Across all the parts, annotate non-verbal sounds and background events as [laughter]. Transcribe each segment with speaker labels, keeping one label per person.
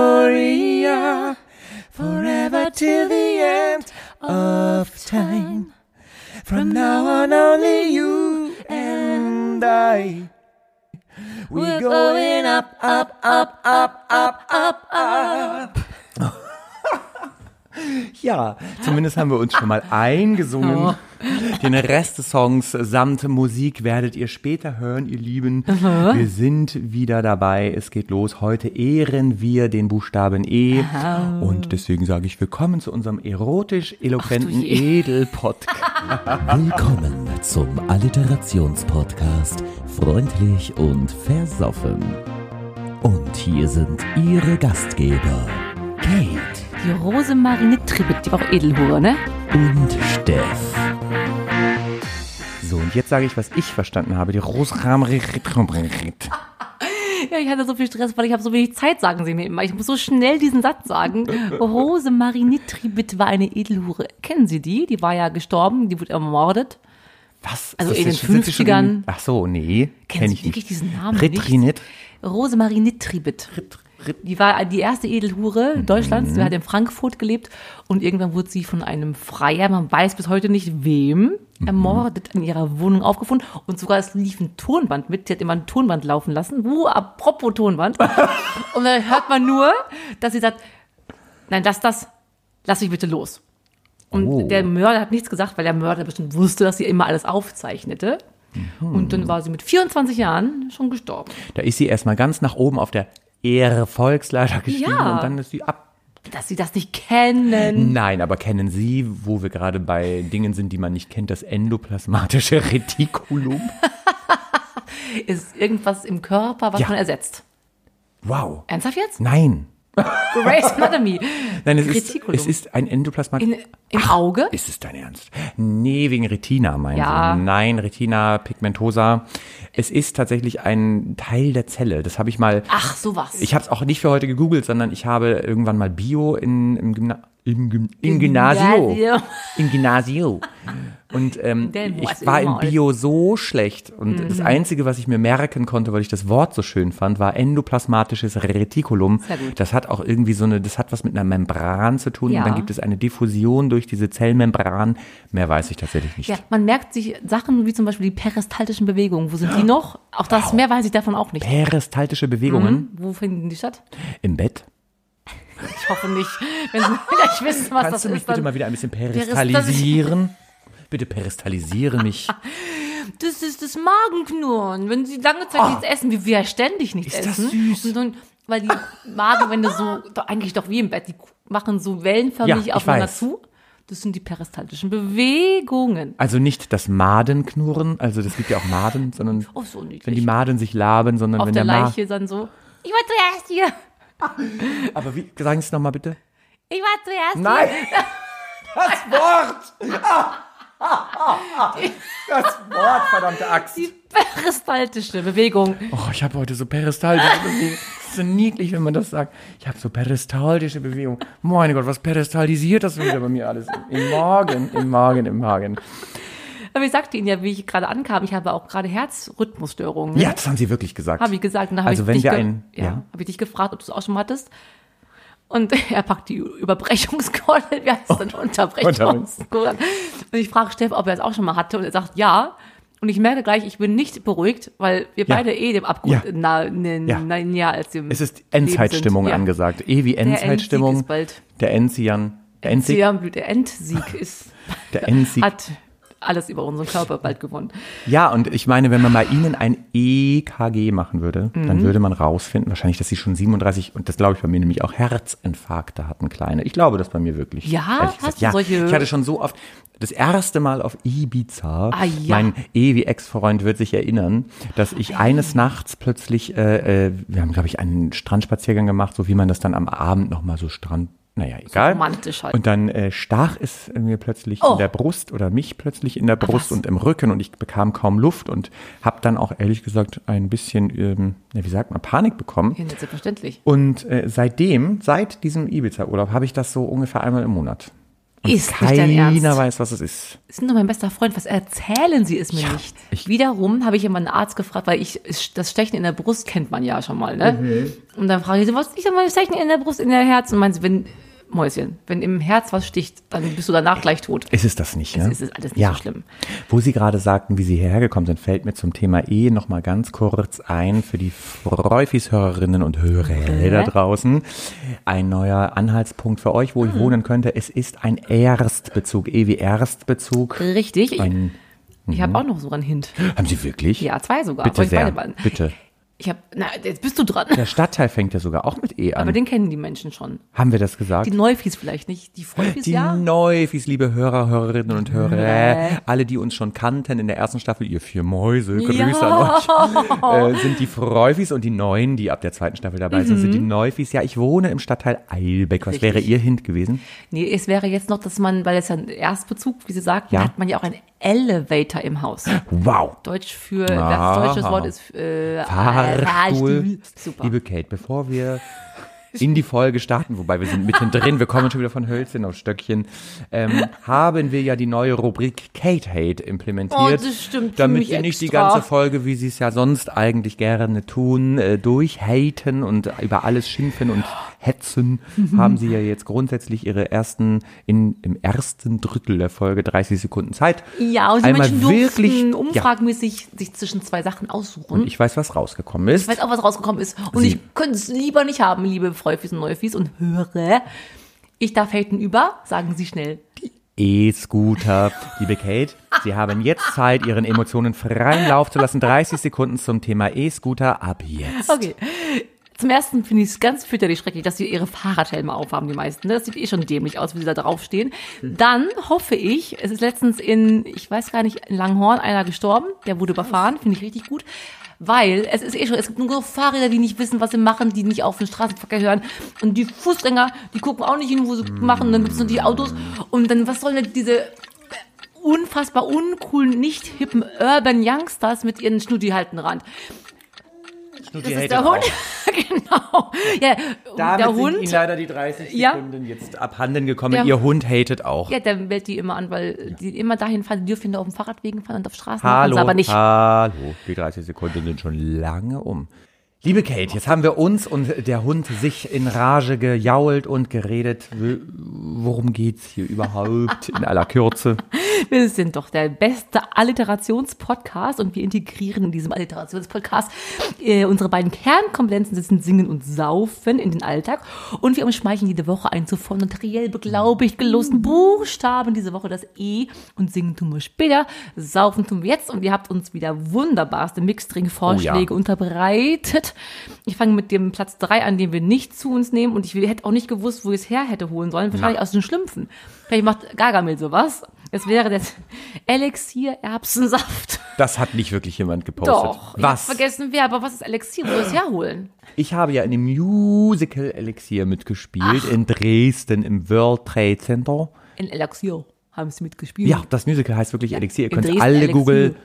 Speaker 1: Euphoria, forever till the end of time. From now on, only you and I. We're going up, up, up, up, up, up, up. [laughs] Ja, zumindest haben wir uns schon mal eingesungen.
Speaker 2: Oh.
Speaker 1: Den Rest des Songs samt Musik werdet ihr später hören, ihr Lieben. Wir sind wieder dabei. Es geht los. Heute ehren wir den Buchstaben E. Und deswegen sage ich willkommen zu unserem erotisch eloquenten
Speaker 2: Ach du je.
Speaker 1: Edel-Podcast.
Speaker 3: [laughs] Willkommen zum Alliterationspodcast Freundlich und Versoffen. Und hier sind Ihre Gastgeber, Kate
Speaker 2: Die Rosemarie Trippet, die war auch Edelhure, ne?
Speaker 3: und Steff.
Speaker 1: So, und jetzt sage ich, was ich verstanden habe. Die Rosramrit.
Speaker 2: Ja, ich hatte so viel Stress, weil ich habe so wenig Zeit, sagen sie mir immer. Ich muss so schnell diesen Satz sagen. [laughs] Rosemarie Nitribit war eine Edelhure. Kennen Sie die? Die war ja gestorben, die wurde ermordet.
Speaker 1: Was?
Speaker 2: Also
Speaker 1: Ist
Speaker 2: in
Speaker 1: das
Speaker 2: den
Speaker 1: jetzt- sind Sie schon
Speaker 2: 50ern?
Speaker 1: in- Ach so, nee.
Speaker 2: Kennen
Speaker 1: kenn
Speaker 2: Sie
Speaker 1: ich nicht.
Speaker 2: wirklich diesen Namen
Speaker 1: Ritrinit.
Speaker 2: Rosemarie Nitribit. Die war die erste Edelhure Deutschlands. Sie hat in Frankfurt gelebt und irgendwann wurde sie von einem Freier, man weiß bis heute nicht wem, ermordet in ihrer Wohnung aufgefunden. Und sogar es lief ein Tonband mit. Sie hat immer ein Tonband laufen lassen. Uh, apropos Tonband. und dann hört man nur, dass sie sagt, nein, lass das, lass mich bitte los. Und
Speaker 1: Oh.
Speaker 2: der Mörder hat nichts gesagt, weil der Mörder bestimmt wusste, dass sie immer alles aufzeichnete. Und dann war sie mit 24 Jahren schon gestorben.
Speaker 1: Da ist sie erstmal ganz nach oben auf der Ehre Volksleiter gestiegen
Speaker 2: Ja.
Speaker 1: und dann ist sie ab.
Speaker 2: Dass sie das nicht kennen.
Speaker 1: Nein, aber kennen Sie, wo wir gerade bei Dingen sind, die man nicht kennt, das endoplasmatische [laughs] Retikulum?
Speaker 2: ist irgendwas im Körper, was
Speaker 1: Ja.
Speaker 2: man ersetzt.
Speaker 1: Wow.
Speaker 2: Ernsthaft jetzt?
Speaker 1: Nein. [laughs]
Speaker 2: Grey's Anatomy.
Speaker 1: Nein, es ist,
Speaker 2: Retikulum.
Speaker 1: es ist ein Endoplasmat.
Speaker 2: In, Im Auge?
Speaker 1: Ist es dein Ernst? Nee, wegen Retina, meinen
Speaker 2: Ja.
Speaker 1: Sie. Nein, Retina pigmentosa. Es ist tatsächlich ein Teil der Zelle. Das habe ich mal.
Speaker 2: Ach, sowas.
Speaker 1: Ich habe es auch nicht für heute gegoogelt, sondern ich habe irgendwann mal Bio in, im, Gymna im, Gym, im Gymnasio.
Speaker 2: Gymnasio.
Speaker 1: Im Gymnasio. Und ähm,
Speaker 2: [laughs] Denn wo ist Mhm.
Speaker 1: ich war in
Speaker 2: überall?
Speaker 1: Bio so schlecht. Und das Einzige, was ich mir merken konnte, weil ich das Wort so schön fand, war endoplasmatisches Retikulum.
Speaker 2: Sehr gut.
Speaker 1: Das hat auch irgendwie so eine, das hat was mit einer Membran zu tun.
Speaker 2: Ja.
Speaker 1: Und dann gibt es eine Diffusion durch diese Zellmembran. Mehr weiß ich tatsächlich nicht.
Speaker 2: ja, man merkt sich Sachen wie zum Beispiel die peristaltischen Bewegungen. Wo sind die noch? Auch das mehr weiß ich davon auch nicht.
Speaker 1: Peristaltische Bewegungen
Speaker 2: Wo finden die statt?
Speaker 1: im Bett.
Speaker 2: Ich hoffe nicht. Wenn Sie [laughs] gleich wissen, was
Speaker 1: Kannst
Speaker 2: das
Speaker 1: du mich
Speaker 2: ist,
Speaker 1: bitte
Speaker 2: dann-
Speaker 1: mal wieder ein bisschen
Speaker 2: Peristaltisieren?
Speaker 1: peristalisieren? Bitte peristalisiere mich.
Speaker 2: Das ist das Magenknurren. Wenn sie lange Zeit nichts essen, wie wir ständig nichts
Speaker 1: Ah. Ist das
Speaker 2: essen.
Speaker 1: süß.
Speaker 2: Und dann, weil die Magenwände so, [laughs] doch eigentlich doch wie im Bett, die machen so wellenförmig
Speaker 1: Ja, ich
Speaker 2: aufeinander
Speaker 1: weiß.
Speaker 2: zu. Das sind die peristaltischen Bewegungen.
Speaker 1: Also nicht das Madenknurren, also das gibt ja auch Maden, sondern
Speaker 2: Oh, so niedlich.
Speaker 1: wenn die Maden sich laben, sondern
Speaker 2: Auf
Speaker 1: wenn
Speaker 2: der
Speaker 1: der, Ma-
Speaker 2: Leiche dann so, ich war zuerst hier,
Speaker 1: Aber wie, sagen Sie es nochmal bitte.
Speaker 2: ich war zuerst
Speaker 1: Nein! Das
Speaker 2: [laughs]
Speaker 1: Wort! Das Wort, verdammte Axt.
Speaker 2: [laughs] hier. Die peristaltische Bewegung.
Speaker 1: Oh, ich habe heute so peristaltische Bewegungen. Das ist so niedlich, wenn man das sagt. Ich habe so peristaltische Bewegungen. Meine Gott, was peristalisiert das wieder bei mir alles? Im Magen, im Magen, im Magen.
Speaker 2: Aber ich sagte Ihnen ja, wie ich gerade ankam, ich habe auch gerade Herzrhythmusstörungen.
Speaker 1: Ja, das haben Sie wirklich gesagt.
Speaker 2: Habe ich gesagt. Und dann habe
Speaker 1: Also
Speaker 2: ich
Speaker 1: wenn
Speaker 2: dich
Speaker 1: wir
Speaker 2: ge-
Speaker 1: ein-
Speaker 2: ja,
Speaker 1: ja.
Speaker 2: habe ich dich gefragt, ob du es auch schon mal hattest. Und [laughs] er packt die Überbrechungskeule, [laughs] wie heißt das denn? Unterbrechungskeule. Und ich frage Steff, ob er es auch schon mal hatte. Und er sagt, ja. Und ich merke gleich, ich bin nicht beruhigt, weil wir
Speaker 1: Ja.
Speaker 2: beide eh dem Abgrund
Speaker 1: Ja.
Speaker 2: na, ne,
Speaker 1: Ja.
Speaker 2: na, näher als dem
Speaker 1: Es ist
Speaker 2: Leben sind.
Speaker 1: Endzeitstimmung
Speaker 2: Ja.
Speaker 1: angesagt. Eh wie
Speaker 2: Der Endsieg
Speaker 1: Endzeitstimmung.
Speaker 2: ist bald.
Speaker 1: Der Enzian. Der Enzig.
Speaker 2: Ja,
Speaker 1: [laughs]
Speaker 2: Der Endsieg ist,
Speaker 1: Der Endsieg.
Speaker 2: hat alles über unseren Körper bald gewonnen.
Speaker 1: Ja, und ich meine, wenn man mal Ihnen ein EKG machen würde,
Speaker 2: Mhm.
Speaker 1: dann würde man rausfinden, wahrscheinlich, dass Sie schon 37, und das glaube ich bei mir nämlich auch, Herzinfarkte hatten, kleine. Ich glaube das bei mir wirklich.
Speaker 2: Ja?
Speaker 1: ehrlich
Speaker 2: Hast du
Speaker 1: ja.
Speaker 2: solche-
Speaker 1: Ich hatte schon so oft, das erste Mal auf Ibiza,
Speaker 2: Ah, ja.
Speaker 1: mein ewig Ex-Freund wird sich erinnern, dass ich eines Nachts plötzlich, äh, äh, wir haben, glaube ich, einen Strandspaziergang gemacht, so wie man das dann am Abend nochmal so Strand, naja, egal.
Speaker 2: romantisch halt.
Speaker 1: Und dann äh, stach es mir plötzlich
Speaker 2: Oh.
Speaker 1: in der Brust oder mich plötzlich in der Brust und im Rücken und ich bekam kaum Luft und habe dann auch ehrlich gesagt ein bisschen, ähm, ja, wie sagt man, Panik bekommen.
Speaker 2: Ja, selbstverständlich.
Speaker 1: Und äh, seitdem, seit diesem Ibiza-Urlaub, habe ich das so ungefähr einmal im Monat.
Speaker 2: Ist nicht dein Ernst.
Speaker 1: Keiner weiß, was es ist.
Speaker 2: Sie sind doch mein bester Freund, was erzählen Sie es mir nicht?
Speaker 3: ich-
Speaker 2: Wiederum habe ich immer einen Arzt gefragt, weil ich das Stechen in der Brust kennt man ja schon mal, ne?
Speaker 1: Mhm.
Speaker 2: Und dann frage ich so, was ich sag mal, Stechen in der Brust, in der Herz und meinst, wenn Mäuschen, wenn im Herz was sticht, dann bist du danach gleich tot.
Speaker 1: Ist es das nicht, ne?
Speaker 2: ist es alles nicht so schlimm.
Speaker 1: Wo Sie gerade sagten, wie Sie hierher gekommen sind, fällt mir zum Thema E nochmal ganz kurz ein für die Freufis-Hörerinnen und Hörer da draußen. Ein neuer Anhaltspunkt für euch, wo
Speaker 2: Hm.
Speaker 1: ich wohnen könnte. Es ist ein Erstbezug, E wie Erstbezug.
Speaker 2: Richtig. Ich,
Speaker 1: Ein,
Speaker 2: ich habe auch noch so einen Hint.
Speaker 1: haben Sie wirklich?
Speaker 2: Ja, zwei sogar.
Speaker 1: Bitte
Speaker 2: Aber ich
Speaker 1: sehr,
Speaker 2: beide mal-
Speaker 1: bitte.
Speaker 2: Ich habe, na, jetzt bist du dran.
Speaker 1: Der Stadtteil fängt ja sogar auch mit E an.
Speaker 2: Aber den kennen die Menschen schon.
Speaker 1: haben wir das gesagt?
Speaker 2: Die Neufis vielleicht nicht, die Freufis
Speaker 1: Die
Speaker 2: ja.
Speaker 1: Neufis, liebe Hörer, Hörerinnen und Hörer,
Speaker 2: Äh.
Speaker 1: alle, die uns schon kannten in der ersten Staffel, ihr vier Mäuse, Grüße
Speaker 2: Ja.
Speaker 1: an euch, äh, sind die Freufis und die Neuen, die ab der zweiten Staffel dabei sind,
Speaker 2: Mhm.
Speaker 1: sind die Neufis. Ja, ich wohne im Stadtteil Eilbeck. Was wäre Ihr Hint gewesen?
Speaker 2: Nee, es wäre jetzt noch, dass man, weil es ja ein Erstbezug, wie Sie sagten,
Speaker 1: Ja.
Speaker 2: hat man ja auch einen Elevator im Haus.
Speaker 1: Wow.
Speaker 2: Deutsch für,
Speaker 1: Ah.
Speaker 2: das deutsche Wort ist äh,
Speaker 1: Fahrstuhl.
Speaker 2: Fahrstuhl. Super.
Speaker 1: Liebe Kate, bevor
Speaker 2: [laughs]
Speaker 1: wir in die Folge starten, wobei wir sind mittendrin, wir kommen schon wieder von Hölzchen auf Stöckchen, ähm, haben wir ja die neue Rubrik Kate Hate implementiert,
Speaker 2: Oh, das stimmt für
Speaker 1: damit
Speaker 2: mich
Speaker 1: wir nicht die
Speaker 2: extra.
Speaker 1: ganze Folge, wie sie es ja sonst eigentlich gerne tun, äh, durchhaten und über alles schimpfen und
Speaker 2: [laughs]
Speaker 1: hetzen, haben sie ja jetzt grundsätzlich ihre ersten, in, im ersten Drittel der Folge 30 Sekunden Zeit.
Speaker 2: Ja, und die
Speaker 1: einmal
Speaker 2: Menschen durften
Speaker 1: wirklich- ja.
Speaker 2: umfragmäßig sich zwischen zwei Sachen aussuchen. Ich
Speaker 1: Ich weiß, was rausgekommen ist.
Speaker 2: weiß auch, was rausgekommen ist. Und
Speaker 1: Sie-
Speaker 2: ich könnte es lieber nicht haben, liebe Freufis und Neufis und höre. Ich darf Haten über, sagen Sie schnell.
Speaker 1: E-Scooter. Liebe Kate, Sie haben jetzt Zeit, Ihren Emotionen freien Lauf zu lassen. 30 Sekunden zum Thema E-Scooter ab jetzt.
Speaker 2: Okay. Zum ersten finde ich es ganz fürchterlich schrecklich, dass sie ihre Fahrradhelme aufhaben, die meisten. ne? Das sieht eh schon dämlich aus, wie sie da draufstehen. Dann hoffe ich, es ist letztens in, ich weiß gar nicht, in Langhorn einer gestorben, der wurde überfahren, finde ich richtig gut. Weil es ist eh schon, es gibt nur Fahrräder, die nicht wissen, was sie machen, die nicht auf den Straßenverkehr hören. Und die Fußgänger, die gucken auch nicht hin, wo sie machen. Und dann gibt es nur die Autos. Und dann, was sollen denn diese unfassbar uncoolen, nicht hippen Urban Youngsters mit ihren Schnuddi-Haltenrand? Das ist der Hund. [laughs] genau. Ja,
Speaker 1: Damit
Speaker 2: der
Speaker 1: sind Ihnen
Speaker 2: Hund.
Speaker 1: leider die 30
Speaker 2: Ja.
Speaker 1: Sekunden jetzt abhanden gekommen.
Speaker 2: Der-
Speaker 1: Ihr Hund hatet auch.
Speaker 2: Ja, dann wählt die immer an, weil die immer dahin fahren, die dürfen nur auf dem Fahrradwegen fahren und auf Straßen machen
Speaker 1: hallo,
Speaker 2: sie aber nicht.
Speaker 1: hallo. Die 30 Sekunden sind schon lange um. Liebe Kate, jetzt haben wir uns und der Hund sich in Rage gejault und geredet. W- Worum geht's hier überhaupt in aller Kürze?
Speaker 2: [laughs] Wir sind doch der beste Alliterationspodcast und wir integrieren in diesem Alliterationspodcast äh, unsere beiden Kernkompetenzen, das sind Singen und Saufen, in den Alltag. Und wir umschmeicheln jede Woche einen zuvor notariell beglaubigt
Speaker 1: Mhm.
Speaker 2: gelosten Buchstaben. Diese Woche das E und Singen tun wir später, Saufen tun wir jetzt und ihr habt uns wieder wunderbarste
Speaker 1: Oh
Speaker 2: Mixstring-Vorschläge
Speaker 1: ja.
Speaker 2: unterbreitet. Ich fange mit dem Platz drei an, den wir nicht zu uns nehmen und ich will- hätte auch nicht gewusst, wo ich es her hätte holen sollen. Wahrscheinlich aus den Schlümpfen. Vielleicht macht Gargamel sowas. Es wäre das Elixier
Speaker 1: [laughs]
Speaker 2: Erbsensaft.
Speaker 1: Das hat nicht wirklich jemand gepostet.
Speaker 2: Doch. Ich hab
Speaker 1: Was?
Speaker 2: vergessen wer, aber was ist Elixier? Wo wir es herholen?
Speaker 1: Ich habe ja in dem Musical Elixier mitgespielt in Dresden im World Trade Center.
Speaker 2: In Elixier haben sie mitgespielt.
Speaker 1: Ja, das Musical heißt wirklich Elixier. Ihr
Speaker 2: in
Speaker 1: könnt
Speaker 2: Dresden
Speaker 1: alle
Speaker 2: Elixier.
Speaker 1: Google.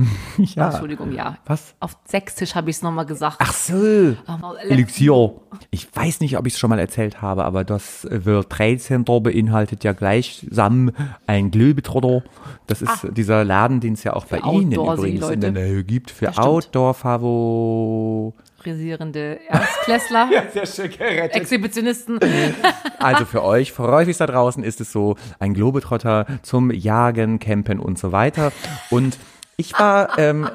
Speaker 1: [laughs] ja.
Speaker 2: Entschuldigung, ja.
Speaker 1: Was?
Speaker 2: Auf Sächsisch habe ich es nochmal gesagt.
Speaker 1: Ach so.
Speaker 2: Aber
Speaker 1: Elixier. Ich weiß nicht, ob ich es schon mal erzählt habe, aber das World Trade Center beinhaltet ja gleichsam ein Globetrotter. Das ist dieser Laden, den es ja auch bei Ihnen
Speaker 2: Outdoorsy
Speaker 1: übrigens in
Speaker 2: Ah. Leute.
Speaker 1: der Nähe gibt. Für
Speaker 2: stimmt.
Speaker 1: Outdoor-Favo.
Speaker 2: Frisierende
Speaker 1: [laughs]
Speaker 2: Erstklässler,
Speaker 1: Sehr schön gerettet.
Speaker 2: Exhibitionisten.
Speaker 1: Also für euch, für euch da draußen ist es so ein Globetrotter zum Jagen, Campen und so weiter. Und ich war ähm, äh,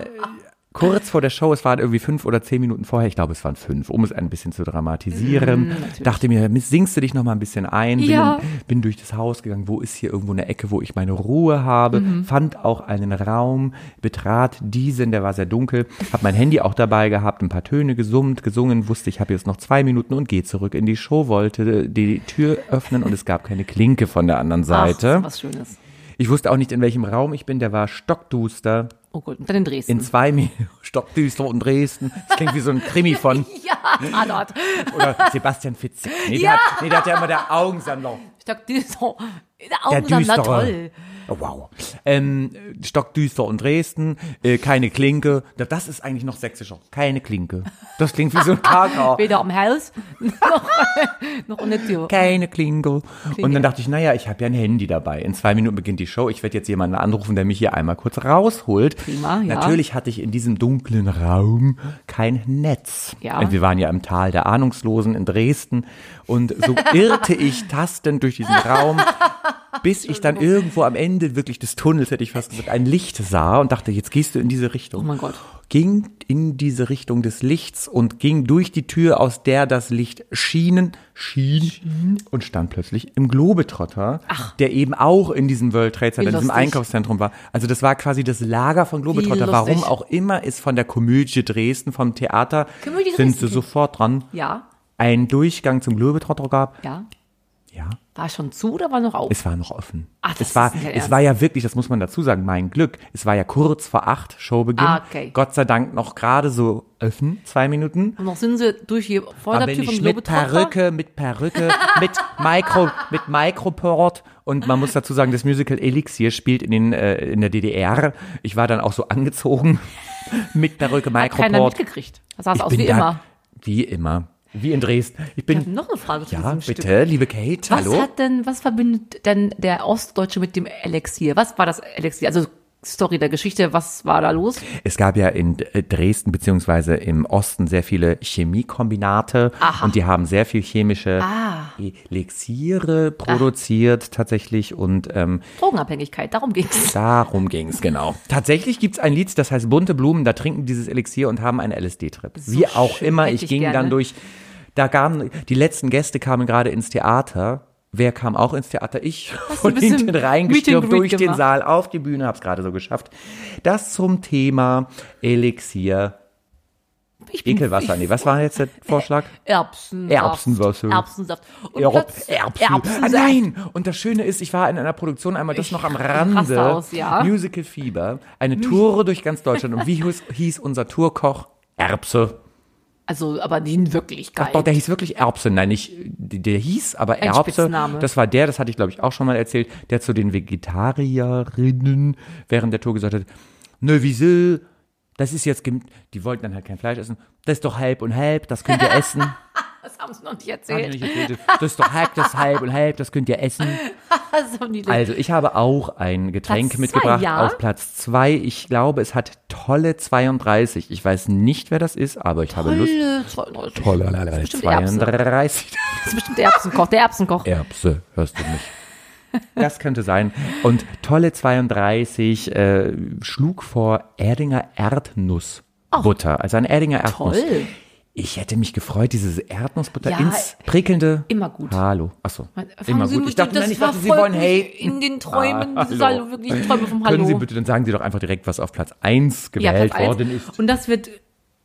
Speaker 1: kurz vor der Show, es waren irgendwie fünf oder zehn Minuten vorher, ich glaube es waren fünf, um es ein bisschen zu dramatisieren, dachte mir, Miss, singst du dich noch mal ein bisschen ein, bin,
Speaker 2: Mhm, Ja.
Speaker 1: bin durch das Haus gegangen, wo ist hier irgendwo eine Ecke, wo ich meine Ruhe habe,
Speaker 2: Mhm.
Speaker 1: fand auch einen Raum, betrat diesen, der war sehr dunkel, habe mein Handy auch dabei gehabt, ein paar Töne gesummt, gesungen, wusste, ich habe jetzt noch zwei Minuten und gehe zurück in die Show, wollte die Tür öffnen und es gab keine Klinke von der anderen
Speaker 2: Ach,
Speaker 1: Seite.
Speaker 2: was Schönes.
Speaker 1: ich wusste auch nicht, in welchem Raum ich bin, der war stockduster,
Speaker 2: Oh Gott, und dann in Dresden.
Speaker 1: in zwei [laughs] Minuten, stockduster und Dresden, das klingt wie so ein Krimi von
Speaker 2: [laughs] ja, dort.
Speaker 1: oder Sebastian Fitzek. Nee,
Speaker 2: Ja.
Speaker 1: der hat, nee, der hat ja immer der Augensammler.
Speaker 2: Stockdüster.
Speaker 1: Der
Speaker 2: Augensammler,
Speaker 1: Düstere.
Speaker 2: toll.
Speaker 1: Oh, wow. Ähm, Stockdüster und Dresden, äh, keine Klinke. Da- Das ist eigentlich noch sächsischer. Keine Klinke. Das klingt wie so ein [laughs]
Speaker 2: [laughs]
Speaker 1: Kakao.
Speaker 2: Weder am Hals noch, noch an der Tür.
Speaker 1: Keine Klinke. Und dann dachte ich, naja, ich habe ja ein Handy dabei. In zwei Minuten beginnt die Show. Ich werde jetzt jemanden anrufen, der mich hier einmal kurz rausholt.
Speaker 2: Prima, ja.
Speaker 1: Natürlich hatte ich in diesem dunklen Raum kein Netz. Also
Speaker 2: Ja.
Speaker 1: Wir waren ja im Tal der Ahnungslosen in Dresden. Und
Speaker 2: [laughs]
Speaker 1: so irrte ich tastend durch diesen Raum, bis ich dann irgendwo am Ende wirklich des Tunnels, hätte ich fast gesagt, ein Licht sah und dachte, jetzt gehst du in diese Richtung.
Speaker 2: Oh mein Gott.
Speaker 1: Ging in diese Richtung des Lichts und ging durch die Tür, aus der das Licht schienen, schien und stand plötzlich im Globetrotter, der eben auch in diesem World Trade Center, in
Speaker 2: Wie
Speaker 1: diesem
Speaker 2: lustig.
Speaker 1: Einkaufszentrum war. Also das war quasi das Lager von Globetrotter. Warum
Speaker 2: lustig.
Speaker 1: auch immer ist von der Komödie Dresden, vom Theater,
Speaker 2: Komödie
Speaker 1: sind
Speaker 2: Dresden.
Speaker 1: sie sofort dran.
Speaker 2: Ja,
Speaker 1: Ein Durchgang zum Globetrotter gab.
Speaker 2: ja.
Speaker 1: Ja,
Speaker 2: War schon zu oder war noch auf?
Speaker 1: es war noch offen.
Speaker 2: Ach, das
Speaker 1: es war,
Speaker 2: ist ja
Speaker 1: es
Speaker 2: ernst.
Speaker 1: war ja wirklich, das muss man dazu sagen, mein Glück. Es war ja kurz vor acht Showbeginn.
Speaker 2: Ah, okay.
Speaker 1: Gott sei Dank noch gerade so offen, zwei Minuten.
Speaker 2: Und noch sind sie durch die
Speaker 1: Da bin
Speaker 2: Vordertür vom
Speaker 1: ich mit
Speaker 2: Globetrotter.
Speaker 1: Perücke, mit
Speaker 2: [laughs]
Speaker 1: Perücke, mit Micro, mit Microport. Und man muss dazu sagen, das Musical Elixir spielt in, den, äh, in der DDR. Ich war dann auch so angezogen [laughs] mit Perücke,
Speaker 2: Hat keiner
Speaker 1: Microport.
Speaker 2: mitgekriegt. Da sah es
Speaker 1: Ich
Speaker 2: aus
Speaker 1: bin
Speaker 2: wie
Speaker 1: da-
Speaker 2: immer.
Speaker 1: Wie immer. Wie in Dresden. Ich
Speaker 2: Ich habe
Speaker 1: bin,
Speaker 2: noch eine Frage zu
Speaker 1: ja,
Speaker 2: diesem
Speaker 1: bitte,
Speaker 2: Stück.
Speaker 1: liebe Kate,
Speaker 2: Was
Speaker 1: hallo.
Speaker 2: hat denn, was verbindet denn der Ostdeutsche mit dem Elixier? Was war das Elixier? Also Story der Geschichte, was war da los?
Speaker 1: Es gab ja in D- äh, Dresden beziehungsweise im Osten sehr viele Chemiekombinate
Speaker 2: Aha.
Speaker 1: und die haben sehr viel chemische
Speaker 2: Ah.
Speaker 1: Elixiere produziert tatsächlich und ähm,
Speaker 2: Drogenabhängigkeit, darum ging's.
Speaker 1: darum ging es genau. Tatsächlich gibt es ein Lied, das heißt Bunte Blumen, da trinken dieses Elixier und haben einen LSD-Trip. Wie auch
Speaker 2: schön,
Speaker 1: immer,
Speaker 2: hätte
Speaker 1: ich
Speaker 2: ich
Speaker 1: ging dann
Speaker 2: gerne.
Speaker 1: durch, da kamen, die letzten Gäste kamen gerade ins Theater. Wer kam auch ins Theater? Ich von
Speaker 2: ein bisschen
Speaker 1: hinten
Speaker 2: Meet
Speaker 1: reingestürmt
Speaker 2: and Greet
Speaker 1: durch den
Speaker 2: gemacht.
Speaker 1: Saal auf die Bühne, hab's gerade so geschafft. Das zum Thema Elixier
Speaker 2: Ich bin-
Speaker 1: Ekelwasser,
Speaker 2: ich- Äh,
Speaker 1: nee, was war jetzt der Vorschlag?
Speaker 2: Erbsensaft.
Speaker 1: Erbsenwasser.
Speaker 2: Erbsensaft. Und plötzlich-
Speaker 1: Ah,
Speaker 2: Erbsensaft.
Speaker 1: nein! Und das Schöne ist, ich war in einer Produktion, einmal das noch am Rande,
Speaker 2: raste aus, ja.
Speaker 1: Musical Fieber, eine Tour durch ganz Deutschland. Und wie hieß, hieß unser Tourkoch? Erbse.
Speaker 2: Also, aber die in Wirklichkeit.
Speaker 1: Doch, der hieß wirklich Erbse. Nein, nicht, der hieß aber
Speaker 2: Ein
Speaker 1: Erbse.
Speaker 2: Spitzname.
Speaker 1: Das war der, das hatte ich glaube ich auch schon mal erzählt, der zu den Vegetarierinnen während der Tour gesagt hat, nö, wieso? Das ist jetzt, gem- die wollten dann halt kein Fleisch essen. Das ist doch halb und halb, das könnt ihr
Speaker 2: [laughs]
Speaker 1: essen.
Speaker 2: das haben sie noch nicht
Speaker 1: Hab ich noch
Speaker 2: erzählt. [laughs]
Speaker 1: nicht erzählt. Das ist doch halb, das ist halb und halb, das könnt ihr essen.
Speaker 2: Das haben die nicht.
Speaker 1: Also, ich habe auch ein Getränk
Speaker 2: Platz zwei,
Speaker 1: mitgebracht
Speaker 2: ja?
Speaker 1: auf Platz 2. Ich glaube, es hat tolle 32. Ich weiß nicht, wer das ist, aber ich habe Lust.
Speaker 2: Tolle, tolle,
Speaker 1: Tolle
Speaker 2: bestimmt Erbsen.
Speaker 1: 32.
Speaker 2: Das ist bestimmt der Erbsenkoch, der Erbsenkoch.
Speaker 1: Erbse, hörst du mich? Das könnte sein. Und tolle 32 äh, schlug vor Erdinger Erdnussbutter, also ein Erdinger Erdnuss.
Speaker 2: Oh. Toll.
Speaker 1: Ich hätte mich gefreut, dieses Erdnussbutter
Speaker 2: Ja,
Speaker 1: ins prickelnde.
Speaker 2: immer gut.
Speaker 1: Hallo. Achso.
Speaker 2: Man- fangen
Speaker 1: Immer
Speaker 2: Sie
Speaker 1: gut.
Speaker 2: mit
Speaker 1: Ich dachte,
Speaker 2: dem-
Speaker 1: nein,
Speaker 2: das
Speaker 1: ich dachte, Sie
Speaker 2: verfolgt
Speaker 1: wollen
Speaker 2: mich
Speaker 1: haten.
Speaker 2: In den Träumen,
Speaker 1: Ah,
Speaker 2: das ist
Speaker 1: hallo.
Speaker 2: halt wirklich Träume vom Hallo.
Speaker 1: Können Sie bitte, dann sagen Sie doch einfach direkt, was auf Platz 1
Speaker 2: ja,
Speaker 1: gewählt
Speaker 2: Platz eins.
Speaker 1: worden ist.
Speaker 2: Und das wird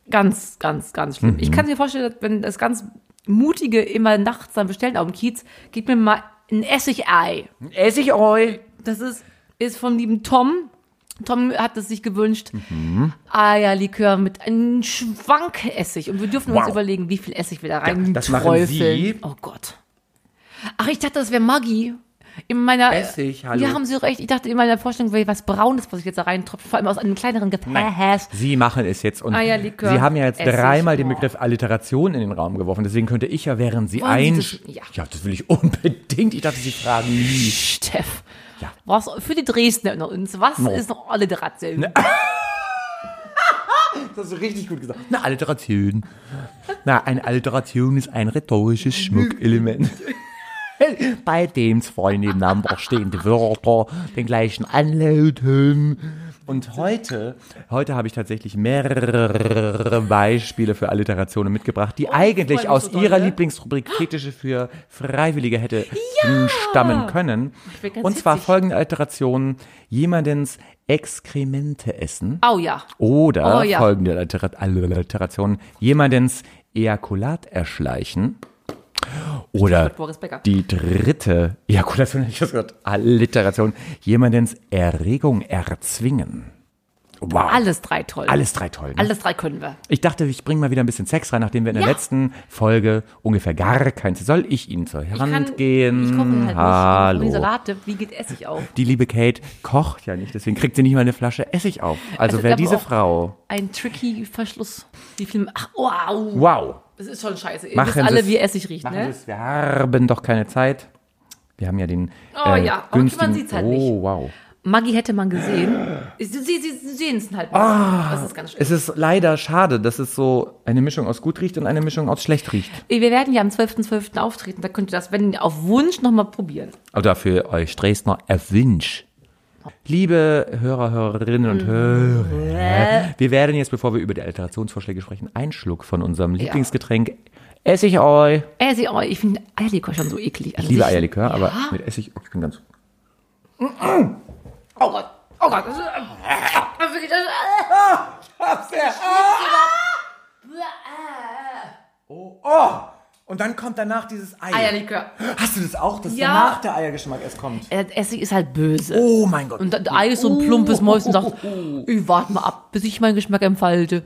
Speaker 2: ganz, ganz, ganz schlimm.
Speaker 1: Mhm.
Speaker 2: Ich kann mir vorstellen, dass wenn das ganz Mutige immer nachts dann bestellen auf dem Kiez, gib mir mal ein Essigei.
Speaker 1: Essigeu.
Speaker 2: Das ist, ist vom lieben Tom. Tom hat es sich gewünscht.
Speaker 1: Mhm.
Speaker 2: Eierlikör mit einem Schwank Essig. Und wir dürfen
Speaker 1: Wow.
Speaker 2: uns überlegen, wie viel Essig wir da rein
Speaker 1: Ja, das machen Sie.
Speaker 2: Oh Gott. Ach, ich dachte, das wäre Maggi. In meiner,
Speaker 1: Essig, hallo.
Speaker 2: Ja, haben Sie recht. Ich dachte in meiner Vorstellung, wäre was Braunes, was ich jetzt da reintropfe, vor allem aus einem kleineren Gefäß.
Speaker 1: Sie machen es jetzt. Und
Speaker 2: Eierlikör,
Speaker 1: Sie haben ja jetzt
Speaker 2: Ah Essig.
Speaker 1: dreimal den
Speaker 2: Oh.
Speaker 1: Begriff Alliteration in den Raum geworfen. Deswegen könnte ich ja, während Sie
Speaker 2: Wollen
Speaker 1: ein...
Speaker 2: Sie das-
Speaker 1: ja.
Speaker 2: ja.
Speaker 1: das will ich [laughs] unbedingt. Ich dachte, Sie fragen nie.
Speaker 2: Steff.
Speaker 1: Ja.
Speaker 2: Was für die Dresdner unter uns, was
Speaker 1: No. Ne.
Speaker 2: ist noch Alliteration?
Speaker 1: [laughs] Das hast du richtig gut gesagt. Eine Alliteration. Na, eine Alliteration ist ein rhetorisches [laughs] Schmuckelement. Bei dem zwei nebeneinander stehende Wörter den gleichen Anlaut haben. Und heute, heute habe ich tatsächlich mehrere Beispiele für Alliterationen mitgebracht, die
Speaker 2: freu
Speaker 1: eigentlich
Speaker 2: mich
Speaker 1: aus
Speaker 2: so doll,
Speaker 1: ihrer
Speaker 2: ne?
Speaker 1: Lieblingsrubrik Fetische für Freiwillige hätte stammen können.
Speaker 2: bin ganz
Speaker 1: Und zwar
Speaker 2: hitzig.
Speaker 1: folgende Alliterationen. Jemandens Exkremente essen.
Speaker 2: Oh ja.
Speaker 1: Oder
Speaker 2: Oh ja.
Speaker 1: folgende Allitera- Alliteration: jemandens Ejakulat erschleichen. Oder
Speaker 2: Stichwort Boris Becker.
Speaker 1: die dritte [laughs] Ejakulation, hätte ich das gehört, Alliteration, jemandens Erregung erzwingen. Wow.
Speaker 2: Alles drei toll.
Speaker 1: Alles drei toll. Ne?
Speaker 2: Alles drei können wir.
Speaker 1: Ich dachte, ich bringe mal wieder ein bisschen Sex rein, nachdem wir in der
Speaker 2: Ja.
Speaker 1: letzten Folge ungefähr gar keins. Soll ich Ihnen zur
Speaker 2: Ich
Speaker 1: Hand
Speaker 2: kann-
Speaker 1: gehen?
Speaker 2: Ich koche halt
Speaker 1: Hallo.
Speaker 2: nicht. Ich koche Salate, wie geht Essig auf?
Speaker 1: Die liebe Kate kocht ja nicht, deswegen kriegt sie nicht mal eine Flasche Essig auf. Also,
Speaker 2: ist
Speaker 1: wer
Speaker 2: aber
Speaker 1: diese
Speaker 2: auch-
Speaker 1: Frau.
Speaker 2: Ein tricky Verschluss. Wie viel. Ach, wow.
Speaker 1: Wow.
Speaker 2: Das ist schon scheiße. Ihr
Speaker 1: Machen
Speaker 2: wisst alle,
Speaker 1: Sie's-
Speaker 2: wie Essig riecht,
Speaker 1: machen
Speaker 2: ne?
Speaker 1: Sie's. Wir haben doch keine Zeit. Wir haben ja den
Speaker 2: Oh
Speaker 1: äh,
Speaker 2: ja, aber
Speaker 1: günstigen.
Speaker 2: man sieht's halt
Speaker 1: oh,
Speaker 2: nicht.
Speaker 1: wow.
Speaker 2: Maggi hätte man gesehen. Sie, sie, sie sehen es halt nicht.
Speaker 1: Ah.
Speaker 2: das ist ganz schlimm.
Speaker 1: Es ist leider schade, dass es so eine Mischung aus gut riecht und eine Mischung aus schlecht riecht.
Speaker 2: Äh, Wir werden ja am 12.12. auftreten. Da könnt ihr das, wenn auf Wunsch, nochmal probieren.
Speaker 1: Aber dafür euch Dresdner erwünscht. Liebe Hörer, Hörerinnen
Speaker 2: Mm.
Speaker 1: und
Speaker 2: Äh.
Speaker 1: Hörer, wir werden jetzt, bevor wir über die Alliterationsvorschläge sprechen, einen Schluck von unserem Lieblingsgetränk Essigoi.
Speaker 2: Essig, oh, ich finde Eierlikör schon so eklig.
Speaker 1: Ich liebe Eierlikör, aber mit Essig, oh, ich bin ganz.
Speaker 2: Oh Gott, oh Gott. Das ist, das ist äh, wirklich, das ist, äh,
Speaker 1: Und dann kommt danach dieses Ei.
Speaker 2: Eierlikör.
Speaker 1: Hast du das auch, dass
Speaker 2: Ja. danach
Speaker 1: der Eiergeschmack erst kommt?
Speaker 2: Äh, Essig ist halt böse.
Speaker 1: Oh mein Gott.
Speaker 2: Und das Ei ist so ein plumpes Mäuschen sagt,
Speaker 1: Oh.
Speaker 2: ich warte mal ab, bis ich meinen Geschmack entfalte.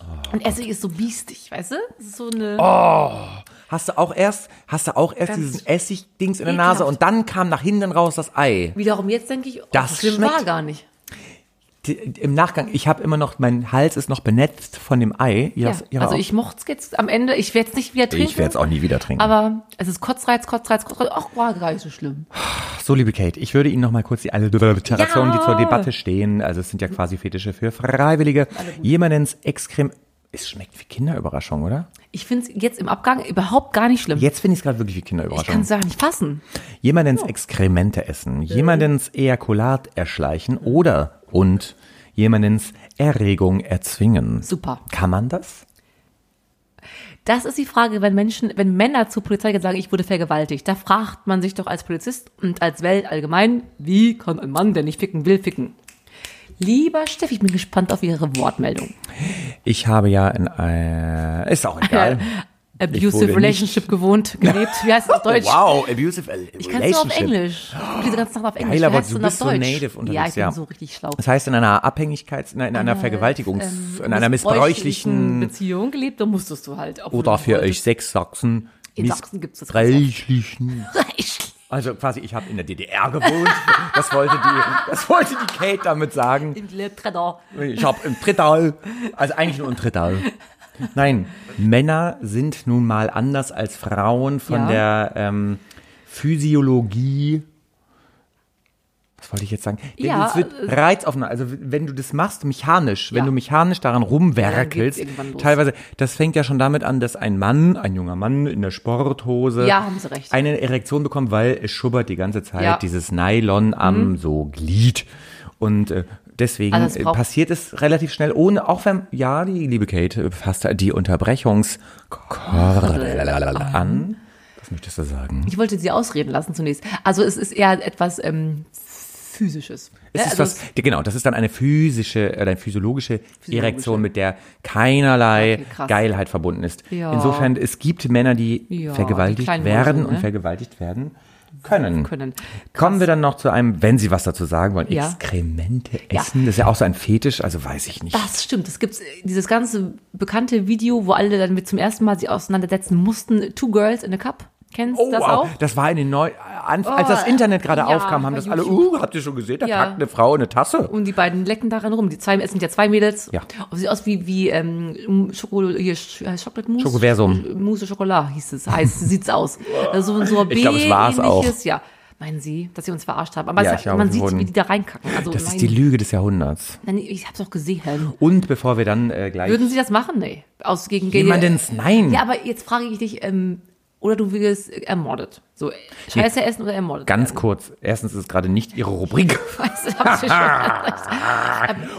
Speaker 1: Ah.
Speaker 2: Und Essig ist so biestig, weißt du? Das ist so eine...
Speaker 1: Hast du auch erst, hast du auch erst
Speaker 2: Ganz
Speaker 1: dieses Essig-Dings in der
Speaker 2: ekelhaft.
Speaker 1: Nase und dann kam nach hinten raus das Ei.
Speaker 2: Wiederum jetzt denke ich, oh,
Speaker 1: Das
Speaker 2: so schlimm war
Speaker 1: schmeckt.
Speaker 2: gar nicht.
Speaker 1: Die, Im Nachgang, ich habe immer noch, mein Hals ist noch benetzt von dem Ei. Ihr
Speaker 2: Ja,
Speaker 1: habt- ihr
Speaker 2: also
Speaker 1: auch-
Speaker 2: ich mochte es jetzt am Ende. Ich werde es nicht wieder trinken.
Speaker 1: ich werde es auch nie wieder trinken.
Speaker 2: Aber es ist Kotzreiz, Kotzreiz, Kotzreiz. Ach, war gar nicht so schlimm.
Speaker 1: so, liebe Kate, ich würde Ihnen noch mal kurz die Alliterationen,
Speaker 2: Ja.
Speaker 1: die zur Debatte stehen, also es sind ja quasi Fetische für Freiwillige, jemandens Exkrem... Es schmeckt wie Kinderüberraschung, oder?
Speaker 2: Ich finde es jetzt im Abgang überhaupt gar nicht schlimm.
Speaker 1: Jetzt finde ich es gerade wirklich wie
Speaker 2: ich kann
Speaker 1: Kinderüberraschung.
Speaker 2: es gar nicht fassen.
Speaker 1: Jemandens Exkremente essen, jemandens Ejakulat erschleichen oder und jemandens Erregung erzwingen.
Speaker 2: Super.
Speaker 1: Kann man das?
Speaker 2: Das ist die Frage, wenn Menschen, wenn Männer zur Polizei gehen und sagen, ich wurde vergewaltigt, da fragt man sich doch als Polizist und als Welt allgemein, wie kann ein Mann, der nicht ficken will, ficken? Lieber Steffi, ich bin gespannt auf Ihre Wortmeldung.
Speaker 1: Ich habe ja in äh, ist
Speaker 2: [laughs]
Speaker 1: auch egal. wurde
Speaker 2: Abusive Relationship gewohnt, gelebt.
Speaker 1: [laughs]
Speaker 2: Wie heißt das auf Deutsch?
Speaker 1: wow, abusive Al-
Speaker 2: Ich kann es nur auf
Speaker 1: Relationship.
Speaker 2: Englisch. Ich diese ganze Sache auf Englisch.
Speaker 1: Geiler
Speaker 2: Wie
Speaker 1: Wort,
Speaker 2: heißt
Speaker 1: du
Speaker 2: es denn auf
Speaker 1: bist so
Speaker 2: Deutsch?
Speaker 1: native unterwegs,
Speaker 2: Ja, ich bin
Speaker 1: ja.
Speaker 2: so richtig schlau.
Speaker 1: Das heißt in einer Abhängigkeits, nein, in
Speaker 2: Äh,
Speaker 1: einer
Speaker 2: ähm,
Speaker 1: Vergewaltigungs, Also in einer missbräuchlichen
Speaker 2: Beziehung gelebt, dann musstest du halt. obwohl
Speaker 1: oder
Speaker 2: du
Speaker 1: für
Speaker 2: wolltest. [laughs]
Speaker 1: euch sechs Sachsen
Speaker 2: In Sachsen gibt's das ganz oft.
Speaker 1: missbräuchlichen. Also quasi, ich habe in der DDR
Speaker 2: [laughs]
Speaker 1: gewohnt. Das wollte die, das wollte die Kate damit sagen.
Speaker 2: Im Lebtrenner.
Speaker 1: Ich hab im Drittal. Also eigentlich nur im Drittal. Nein, Männer sind nun mal anders als Frauen von der ähm, Physiologie. Was wollte ich jetzt sagen?
Speaker 2: Ja,
Speaker 1: es wird
Speaker 2: äh,
Speaker 1: reizoffener. Also wenn du das machst, mechanisch, wenn
Speaker 2: Ja.
Speaker 1: du mechanisch daran rumwerkelst,
Speaker 2: Ja, dann geht's irgendwann los.
Speaker 1: teilweise, das fängt ja schon damit an, dass ein Mann, ein junger Mann in der Sporthose
Speaker 2: Ja, haben Sie recht.
Speaker 1: eine Erektion bekommt, weil es schubbert die ganze Zeit
Speaker 2: Ja. Mhm.
Speaker 1: dieses Nylon am so Glied. Und äh, deswegen
Speaker 2: Also es
Speaker 1: äh,
Speaker 2: braucht-
Speaker 1: passiert es relativ schnell, ohne, auch wenn, ja, die liebe Kate äh, fasst die Unterbrechungskordel an. Was möchtest du sagen?
Speaker 2: Ich wollte sie ausreden lassen zunächst. Also es ist eher etwas ähm, physisches.
Speaker 1: Es
Speaker 2: Ne?
Speaker 1: ist
Speaker 2: also
Speaker 1: was, genau, das ist dann eine physische oder eine physiologische, Erektion, mit der keinerlei
Speaker 2: Okay, krass.
Speaker 1: Geilheit verbunden ist.
Speaker 2: Ja.
Speaker 1: Insofern, es gibt Männer, die
Speaker 2: Ja, die
Speaker 1: vergewaltigt
Speaker 2: kleinen
Speaker 1: werden
Speaker 2: Mäuse, ne?
Speaker 1: und vergewaltigt werden können.
Speaker 2: können.
Speaker 1: Kommen wir dann noch zu einem, wenn Sie was dazu sagen wollen,
Speaker 2: Ja.
Speaker 1: Exkremente essen. Das ist ja auch so ein Fetisch, also weiß ich nicht.
Speaker 2: Das stimmt. Es gibt dieses ganze bekannte Video, wo alle dann mit zum ersten Mal sich auseinandersetzen mussten. Two Girls in a Cup. Kennst du das auch?
Speaker 1: Oh,
Speaker 2: Oh,
Speaker 1: das war in den neu Anf als das Internet gerade
Speaker 2: ja,
Speaker 1: aufkam, haben
Speaker 2: bei
Speaker 1: das alle,
Speaker 2: YouTube.
Speaker 1: uh, habt ihr schon gesehen, da
Speaker 2: Ja. Oh,
Speaker 1: packt eine Frau eine Tasse.
Speaker 2: Und die beiden lecken daran rum. Die zwei, es sind ja zwei Mädels.
Speaker 1: Ja.
Speaker 2: Und sieht aus wie, wie ähm, Schoko, hier, Sch- äh, Schokolademousse.
Speaker 1: Schokoversum.
Speaker 2: Mousse au Chocolat hieß es.
Speaker 1: [laughs]
Speaker 2: Heißt, sieht's aus. Also so ein Sorbet.
Speaker 1: Ich glaub, es war's auch.
Speaker 2: ähnliches. Ja. Meinen Sie, dass Sie uns verarscht haben? Aber
Speaker 1: Ja,
Speaker 2: es,
Speaker 1: ich glaube,
Speaker 2: man
Speaker 1: wir
Speaker 2: sieht,
Speaker 1: wurden-
Speaker 2: wie die da reinkacken. Also,
Speaker 1: Das
Speaker 2: nein,
Speaker 1: ist die Lüge des Jahrhunderts.
Speaker 2: nein, ich hab's doch gesehen.
Speaker 1: Und bevor wir dann äh, gleich
Speaker 2: Würden Sie das machen? Nee. Aus gegen gegen-
Speaker 1: jemandens Nein
Speaker 2: Ja, aber jetzt frage ich dich, ähm, oder du wirst ermordet. So, Scheiße essen oder ermordet.
Speaker 1: Ganz
Speaker 2: werden.
Speaker 1: kurz, erstens ist es gerade nicht Ihre Rubrik.
Speaker 2: Weißt du, hab ich schon recht.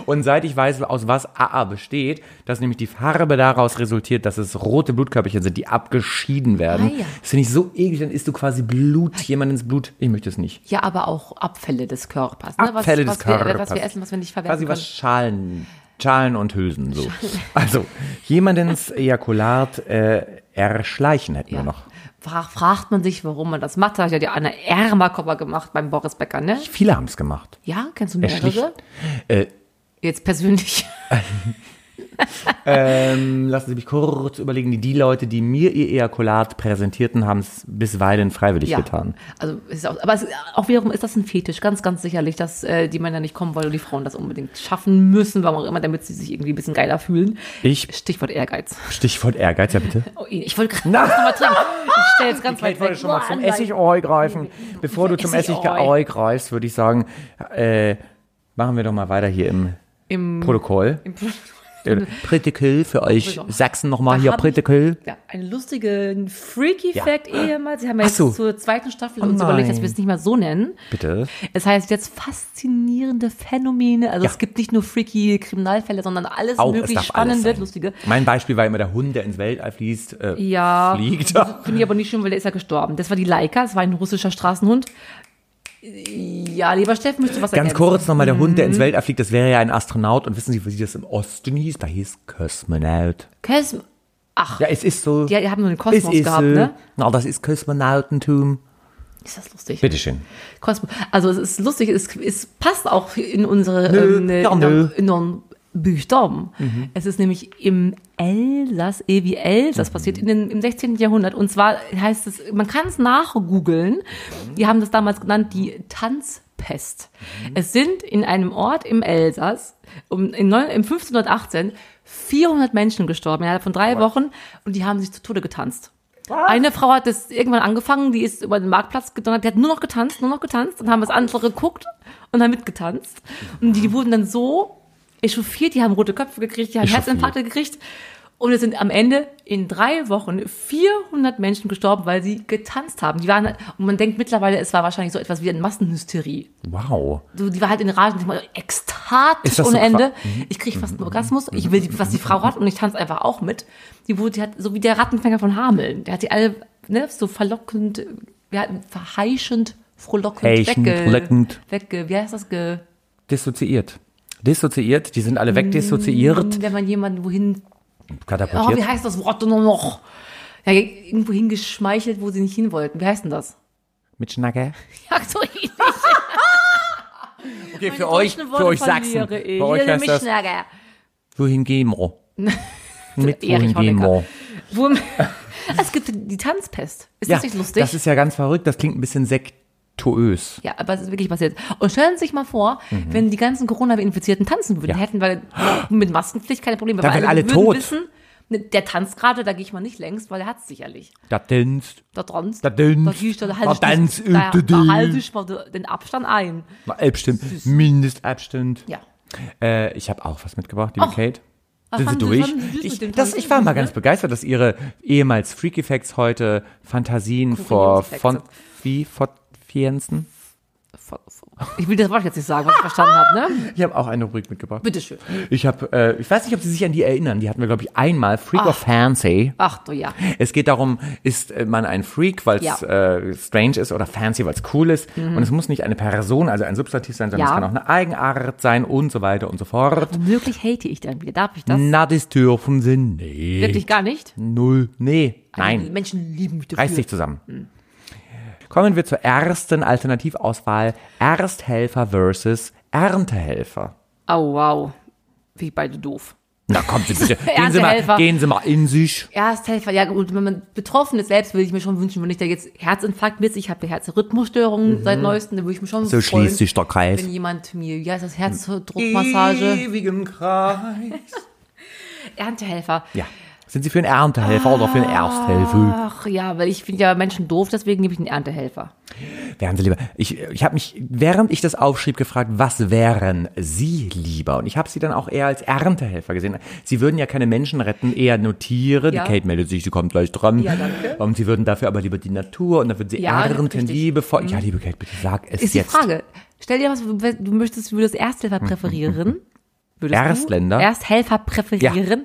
Speaker 1: [laughs] Und seit ich weiß, aus was AA besteht, dass nämlich die Farbe daraus resultiert, dass es rote Blutkörperchen sind, die abgeschieden werden.
Speaker 2: Ah, ja.
Speaker 1: Das finde ich so eklig, dann isst du quasi Blut, jemandens Blut. Ich möchte es nicht.
Speaker 2: Ja, aber auch Abfälle des Körpers. Ne?
Speaker 1: Abfälle
Speaker 2: was,
Speaker 1: des
Speaker 2: was
Speaker 1: Körpers.
Speaker 2: Wir, was wir essen, was wir nicht verwerten
Speaker 1: Quasi
Speaker 2: können.
Speaker 1: was Schalen, Schalen und Hülsen. So. Also, jemandens Ejakulat äh, erschleichen hätten wir noch.
Speaker 2: Fra fragt man sich, warum man das macht. Da hat ja die Anna Ermakova gemacht beim Boris Becker, ne?
Speaker 1: Viele haben es gemacht.
Speaker 2: Ja, kennst du
Speaker 1: Erschlich-
Speaker 2: mehrere?
Speaker 1: Äh,
Speaker 2: Jetzt persönlich. [laughs]
Speaker 1: Ähm, lassen Sie mich kurz überlegen. Die, die Leute, die mir ihr Ejakulat präsentierten, haben es bisweilen freiwillig getan.
Speaker 2: Also es ist auch, aber es, auch wiederum ist das ein Fetisch, ganz, ganz sicherlich, dass äh, die Männer nicht kommen wollen und die Frauen das unbedingt schaffen müssen, warum auch immer, damit sie sich irgendwie ein bisschen geiler fühlen.
Speaker 1: Ich-
Speaker 2: Stichwort Ehrgeiz.
Speaker 1: Stichwort Ehrgeiz, ja bitte.
Speaker 2: Oh, ich wollte gerade nochmal trinken. Ich stelle jetzt ganz weit
Speaker 1: Ich wollte
Speaker 2: weg.
Speaker 1: schon mal zum
Speaker 2: Boah,
Speaker 1: Essig-Oi greifen. Bevor du zum
Speaker 2: Essig-Oi.
Speaker 1: Essig-Oi greifst, würde ich sagen, äh, machen wir doch mal weiter hier im,
Speaker 2: Im-
Speaker 1: Protokoll. Im Protokoll für euch
Speaker 2: Protokoll.
Speaker 1: Sachsen nochmal hier,
Speaker 2: hab ich-
Speaker 1: Protokoll.
Speaker 2: Ja, einen lustigen Freaky
Speaker 1: Ja.
Speaker 2: Fact ehemals. Sie haben ja
Speaker 1: Ach
Speaker 2: jetzt
Speaker 1: so.
Speaker 2: zur zweiten Staffel
Speaker 1: Oh
Speaker 2: uns überlegt, dass
Speaker 1: nein.
Speaker 2: wir es nicht mehr so nennen.
Speaker 1: Bitte.
Speaker 2: Es heißt jetzt faszinierende Phänomene. Also
Speaker 1: Ja.
Speaker 2: es gibt nicht nur freaky Kriminalfälle, sondern alles
Speaker 1: Auch, es
Speaker 2: möglich
Speaker 1: darf alles
Speaker 2: Spannende,
Speaker 1: sein.
Speaker 2: lustige.
Speaker 1: Mein Beispiel war immer der Hund, der ins Weltall fließt, äh,
Speaker 2: Ja.
Speaker 1: fliegt.
Speaker 2: Finde ich aber nicht schön, weil der ist ja gestorben. Das war die Leica, das war ein russischer Straßenhund. Ja, lieber Steff, möchtest du
Speaker 1: [laughs]
Speaker 2: was
Speaker 1: Ganz
Speaker 2: ergänzen?
Speaker 1: kurz nochmal, der Hund, der
Speaker 2: Mhm.
Speaker 1: ins Weltall fliegt, das wäre ja ein Astronaut. Und wissen Sie, wie das im Osten hieß? Da hieß Kosmonaut.
Speaker 2: Kosm Ach,
Speaker 1: Ja, es ist so.
Speaker 2: Ja, ihr habt nur den Kosmos
Speaker 1: es ist
Speaker 2: gehabt,
Speaker 1: so.
Speaker 2: ne?
Speaker 1: Na, das ist Kosmonautentum.
Speaker 2: ist das lustig.
Speaker 1: Bitteschön.
Speaker 2: Kosmo. Also es ist lustig, es, es passt auch in unsere
Speaker 1: Nö,
Speaker 2: äh,
Speaker 1: ja,
Speaker 2: in
Speaker 1: nö. Mhm.
Speaker 2: unseren- in unseren Büchern. Es ist nämlich im Elsass, E wie
Speaker 1: Mhm.
Speaker 2: Elsass, passiert in den, im 16. Jahrhundert. Und zwar heißt es, man kann es nachgoogeln. Die haben das damals genannt, die Tanzpest.
Speaker 1: Mhm.
Speaker 2: Es sind in einem Ort im Elsass, um, in neun, im 1518, 400 Menschen gestorben innerhalb von drei Wochen und die haben sich zu Tode getanzt. Eine Frau hat das irgendwann angefangen, die ist über den Marktplatz gedonnert, die hat nur noch getanzt, nur noch getanzt und haben das andere geguckt und haben mitgetanzt. Und die, die wurden dann so echauffiert, die haben rote Köpfe gekriegt, die haben
Speaker 1: Echauffiert.
Speaker 2: Herzinfarkte gekriegt. Und es sind am Ende in drei Wochen 400 Menschen gestorben, weil sie getanzt haben. Die waren, und man denkt mittlerweile, es war wahrscheinlich so etwas wie eine Massenhysterie.
Speaker 1: Wow.
Speaker 2: So, die war halt in Rage und ich war ekstatisch
Speaker 1: Ist das so Mhm.
Speaker 2: ohne Ende.
Speaker 1: qua-
Speaker 2: Ich kriege fast einen Orgasmus.
Speaker 1: Mhm.
Speaker 2: Ich will, die, was die Frau hat und ich tanze einfach auch mit. Die wurde, die hat, so wie der Rattenfänger von Hameln. Der hat die alle ne, so verlockend, ja, verheischend, frohlockend
Speaker 1: Heischend,
Speaker 2: wegge,
Speaker 1: leckend.
Speaker 2: wegge, wie heißt das, ge,
Speaker 1: Dissoziiert. Dissoziiert, die sind alle wegdissoziiert.
Speaker 2: wenn man jemanden wohin,
Speaker 1: Mm.
Speaker 2: oh, wie
Speaker 1: Katapultiert.
Speaker 2: heißt das Wort denn noch? Ja, irgendwo hingeschmeichelt, wo sie nicht hin wollten. Wie heißt denn das?
Speaker 1: Mit Schnacke.
Speaker 2: [laughs] Ja, so ähnlich.
Speaker 1: Okay,
Speaker 2: Meine deutschen Worte verliere Ich.
Speaker 1: Für euch heißt das,
Speaker 2: das.
Speaker 1: wohin gehen wir?
Speaker 2: [laughs]
Speaker 1: Mit
Speaker 2: Erich
Speaker 1: wohin gehen
Speaker 2: Honecker.
Speaker 1: wir?
Speaker 2: Wo, [laughs] es gibt die Tanzpest. Ist das nicht lustig?
Speaker 1: das ist ja ganz verrückt, das klingt ein bisschen sektuös.
Speaker 2: ja, aber es ist wirklich passiert. Und stellen Sie sich mal vor, wenn die ganzen Corona-Infizierten tanzen würden,
Speaker 1: Mhm. Ja. [gasps]
Speaker 2: hätten wir mit Maskenpflicht keine Probleme.
Speaker 1: Da
Speaker 2: weil
Speaker 1: wären
Speaker 2: alle
Speaker 1: alle
Speaker 2: würden
Speaker 1: tot.
Speaker 2: Wissen, ne, der tanzt gerade, da gehe ich mal nicht längst, weil der hat's sicherlich.
Speaker 1: Da tanzt,
Speaker 2: Da tanzt,
Speaker 1: Da tanzt,
Speaker 2: da gehst du, da
Speaker 1: da tanzt,
Speaker 2: halte ich, da,
Speaker 1: du, du.
Speaker 2: da halt ich mal den Abstand ein.
Speaker 1: mal Elbstimmt, Mindestabstand.
Speaker 2: Ja.
Speaker 1: Äh, ich habe auch was mitgebracht, liebe
Speaker 2: Ach.
Speaker 1: Kate.
Speaker 2: Was
Speaker 1: Sind Sie
Speaker 2: fanden Sie
Speaker 1: durch?
Speaker 2: schon süß mit
Speaker 1: Ich,
Speaker 2: dem
Speaker 1: das,
Speaker 2: Tanzen?
Speaker 1: ich war mal
Speaker 2: Ne?
Speaker 1: ganz begeistert, dass Ihre ehemals Freak Effects heute Fantasien vor
Speaker 2: Effects
Speaker 1: von
Speaker 2: sind.
Speaker 1: wie von Fienzen.
Speaker 2: Ich will das Wort jetzt nicht sagen, was ich verstanden
Speaker 1: [laughs]
Speaker 2: habe, ne?
Speaker 1: Ich habe auch eine Rubrik mitgebracht.
Speaker 2: Bitteschön.
Speaker 1: Ich habe, äh, ich weiß nicht, ob Sie sich an die erinnern. Die hatten wir glaube ich einmal Freak of Fancy.
Speaker 2: Ach du ja.
Speaker 1: Es geht darum, ist äh, man ein Freak, weil es
Speaker 2: Ja. Mhm.
Speaker 1: äh, strange ist oder fancy, weil es cool ist. Und es muss nicht eine Person, also ein Substantiv sein, sondern
Speaker 2: Ja.
Speaker 1: es kann auch eine Eigenart sein und so weiter und so fort.
Speaker 2: Womöglich hate ich dann wieder. Darf ich das?
Speaker 1: Na, das dürfen sie nicht.
Speaker 2: Wirklich gar nicht?
Speaker 1: Null. Nee, nein.
Speaker 2: Menschen lieben mich dafür.
Speaker 1: Reiß dich zusammen. Kommen wir zur ersten Alternativauswahl. Ersthelfer versus Erntehelfer.
Speaker 2: Oh, wow. Wie beide doof.
Speaker 1: Na kommen Sie bitte, gehen, Sie mal,
Speaker 2: Erntehelfer.
Speaker 1: gehen Sie mal in sich.
Speaker 2: Ersthelfer, ja gut, wenn man betroffen ist selbst, würde ich mir schon wünschen, wenn ich da jetzt Herzinfarkt mit, ich habe ja Herzrhythmusstörungen seit neuestem, dann würde ich mir schon
Speaker 1: Mhm. So
Speaker 2: freuen,
Speaker 1: schließt sich der Kreis.
Speaker 2: wenn jemand mir, ja, ist das Herzdruckmassage,
Speaker 1: Ewigem Kreis.
Speaker 2: Erntehelfer.
Speaker 1: Ja. Sind Sie für einen Erntehelfer oder für einen Ersthelfer?
Speaker 2: Ach ja, weil ich finde ja Menschen doof, deswegen nehme ich einen Erntehelfer.
Speaker 1: Wären Sie lieber. Ich, ich habe mich, während ich das aufschrieb, gefragt, was wären Sie lieber? Und ich habe Sie dann auch eher als Erntehelfer gesehen. Sie würden ja keine Menschen retten, eher nur Tiere.
Speaker 2: Ja.
Speaker 1: Die Kate meldet sich, sie kommt gleich dran.
Speaker 2: Ja, danke.
Speaker 1: Und Sie würden dafür aber lieber die Natur und dann würden Sie
Speaker 2: Ja,
Speaker 1: ernten,
Speaker 2: richtig. Mhm.
Speaker 1: liebevoll. Ja, liebe Kate, bitte sag es
Speaker 2: Ist
Speaker 1: jetzt.
Speaker 2: die Frage. Stell dir was, du möchtest, würdest
Speaker 1: [laughs]
Speaker 2: Ersthelfer präferieren. Würdest
Speaker 1: Erstländer?
Speaker 2: Du Ersthelfer präferieren.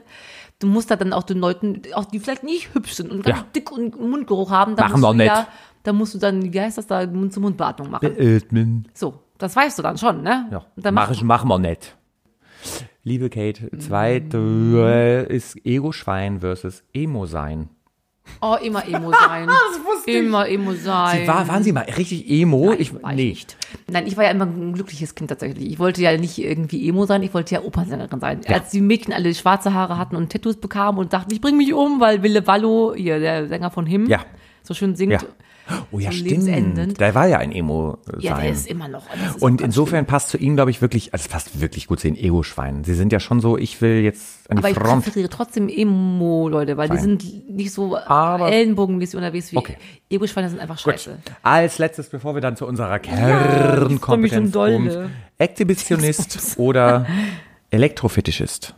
Speaker 2: Du musst da dann auch den Leuten, auch die vielleicht nicht hübsch sind und ganz
Speaker 1: Ja.
Speaker 2: dick und Mundgeruch haben, da
Speaker 1: Machen
Speaker 2: musst du
Speaker 1: wir nicht.
Speaker 2: ja, da musst du dann, wie heißt das da, Mund-zu-Mund-Beatmung machen.
Speaker 1: Beatmen.
Speaker 2: So, das weißt du dann schon, ne?
Speaker 1: Ja,
Speaker 2: Und dann
Speaker 1: mach
Speaker 2: mach,
Speaker 1: ich, machen wir nicht. Liebe Kate, zweite ist Ego-Schwein versus Emo-Sein.
Speaker 2: oh, immer Emo
Speaker 1: [laughs]
Speaker 2: sein.
Speaker 1: Das wusste lustig.
Speaker 2: Immer emo sein.
Speaker 1: Sie war, waren Sie mal richtig emo?
Speaker 2: Ähm. Nein, war ich nicht. Nein, ich war ja immer ein glückliches Kind tatsächlich. Ich wollte ja nicht irgendwie Emo sein, ich wollte ja Opernsängerin sein. Als die Mädchen alle schwarze Haare hatten und Tattoos bekamen und dachten, ich bringe mich um, weil Wille Wallo, hier, der Sänger von Him,
Speaker 1: Ja.
Speaker 2: so schön singt.
Speaker 1: Ja. Oh ja,
Speaker 2: So
Speaker 1: stimmt.
Speaker 2: lebensendend.
Speaker 1: Da war ja ein Emo sein.
Speaker 2: Ja, der ist immer noch. das ist
Speaker 1: Und
Speaker 2: ganz
Speaker 1: insofern passt zu Ihnen, glaube ich, wirklich, also es passt wirklich gut zu den Ego-Schweinen. Sie sind ja schon so, ich will jetzt an die
Speaker 2: Aber ich
Speaker 1: Front.
Speaker 2: präferiere trotzdem Emo, Leute, weil die
Speaker 1: Fein.
Speaker 2: sind nicht so
Speaker 1: Aber-
Speaker 2: ellenbogenmäßig unterwegs wie
Speaker 1: Okay.
Speaker 2: Ego-Schweine sind einfach scheiße.
Speaker 1: Als letztes, bevor wir dann zu unserer Kernkompetenz
Speaker 2: schon doll,
Speaker 1: kommen,
Speaker 2: ne?
Speaker 1: Exhibitionist oder Elektrofetischist.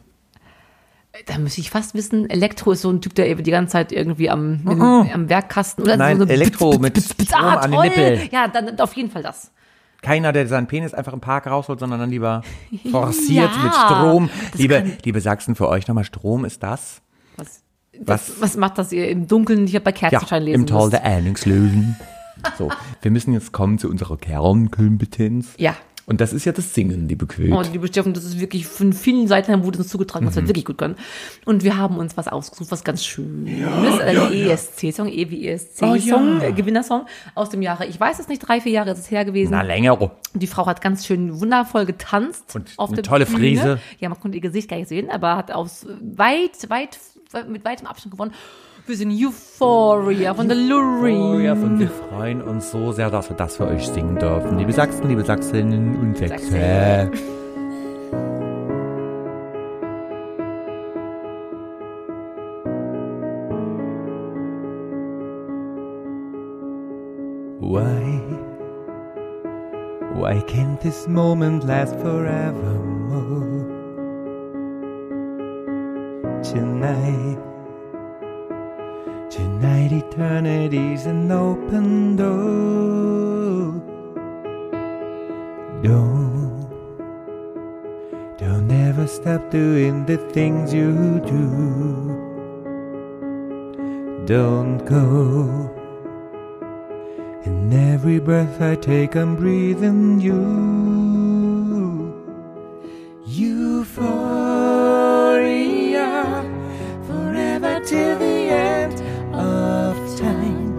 Speaker 2: Da müsste ich fast wissen, Elektro ist so ein Typ, der eben die ganze Zeit irgendwie am, mit dem- am Werkkasten oder
Speaker 1: Nein,
Speaker 2: Also so eine
Speaker 1: Elektro mit Strom
Speaker 2: ah,
Speaker 1: an den
Speaker 2: toll.
Speaker 1: Nippel.
Speaker 2: Ja, dann auf jeden Fall das.
Speaker 1: Keiner, der seinen Penis einfach im Park rausholt, sondern dann lieber forciert
Speaker 2: [laughs] Ja,
Speaker 1: mit Strom.
Speaker 2: das
Speaker 1: Liebe,
Speaker 2: kann-
Speaker 1: liebe Sachsen, für euch nochmal, Strom ist das,
Speaker 2: Was,
Speaker 1: was
Speaker 2: was macht das ihr im Dunkeln hier bei
Speaker 1: Ja,
Speaker 2: Kerzenschein lesen
Speaker 1: im Tal
Speaker 2: müsst?
Speaker 1: der Ahnungslösen. So, wir müssen jetzt kommen zu unserer Kernkompetenz.
Speaker 2: Ja.
Speaker 1: Und das ist ja das Singen, liebe Quält.
Speaker 2: Und liebe Steffen, das ist wirklich von vielen Seiten her wurde uns zugetragen,
Speaker 1: Mhm.
Speaker 2: dass wir wirklich gut können. Und wir haben uns was ausgesucht, was ganz schön ist. Ein ESC-Song, E wie ESC-Song, äh, Gewinnersong aus dem Jahre, ich weiß es nicht, drei, vier Jahre ist es her gewesen.
Speaker 1: Na, länger. oh.
Speaker 2: Die Frau hat ganz schön wundervoll getanzt.
Speaker 1: Und
Speaker 2: auf
Speaker 1: eine
Speaker 2: der
Speaker 1: tolle
Speaker 2: Bühne.
Speaker 1: Frise.
Speaker 2: Ja, man konnte ihr Gesicht gar nicht sehen, aber hat aus weit, weit, mit weitem Abstand gewonnen. Wir sind Euphoria von der
Speaker 1: Oh
Speaker 2: Lurie.
Speaker 1: ja, und wir freuen uns so sehr, dass wir das für euch singen dürfen. Liebe Sachsen, liebe Sachsinnen und Sachsen.
Speaker 2: Sachsen.
Speaker 1: Why? Why can't this moment last forevermore? Tonight, tonight, eternity's an open door. Don't, don't ever stop doing the things you do. Don't go. In every breath I take, I'm breathing you. Euphoria, forever till the end of time.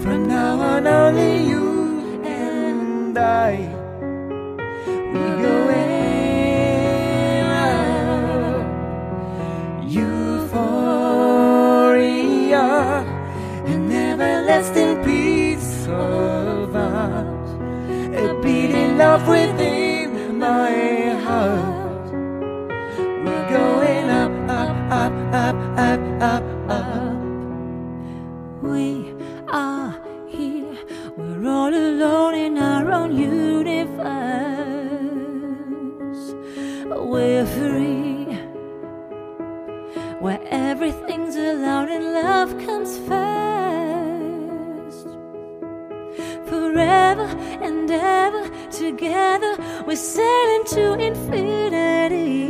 Speaker 1: From now on, only you and I. We go anywhere. Euphoria an everlasting peace of art, a beating love within my heart. We're going up, up, up, up, up, up, up.
Speaker 2: We are here. We're all alone in our own universe. We're free. Where everything's allowed and love comes first. Forever and ever together, we're sailing to infinity.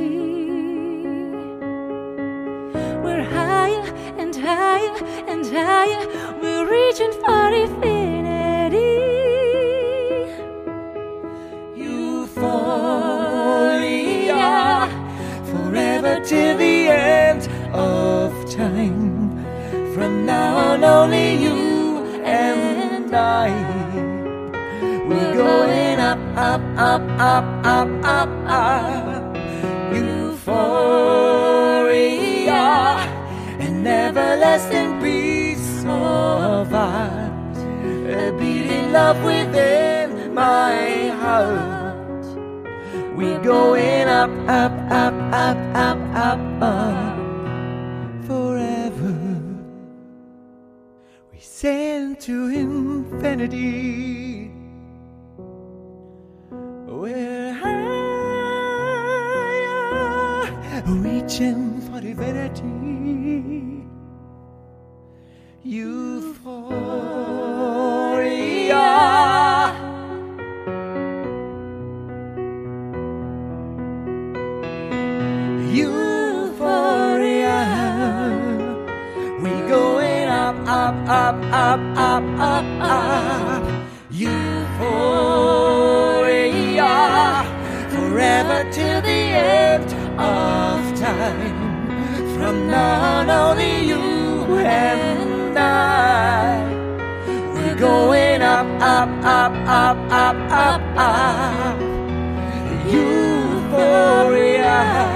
Speaker 2: We're higher and higher and higher. We're reaching for infinity.
Speaker 1: Euphoria, forever till the end of time. From now on, only you and I. We're going up, up, up, up, up, up, up. Euphoria, an everlasting peace of art. A beating love within my heart. We're going up, up, up, up, up, up, up. Forever. We sail to infinity. We're higher, reaching for divinity. Euphoria. Euphoria. We going up, up, up, up, up, up, up. Euphoria, forever till the end of time. From now on, only you and I. up, up, up, up, up, up. Euphoria.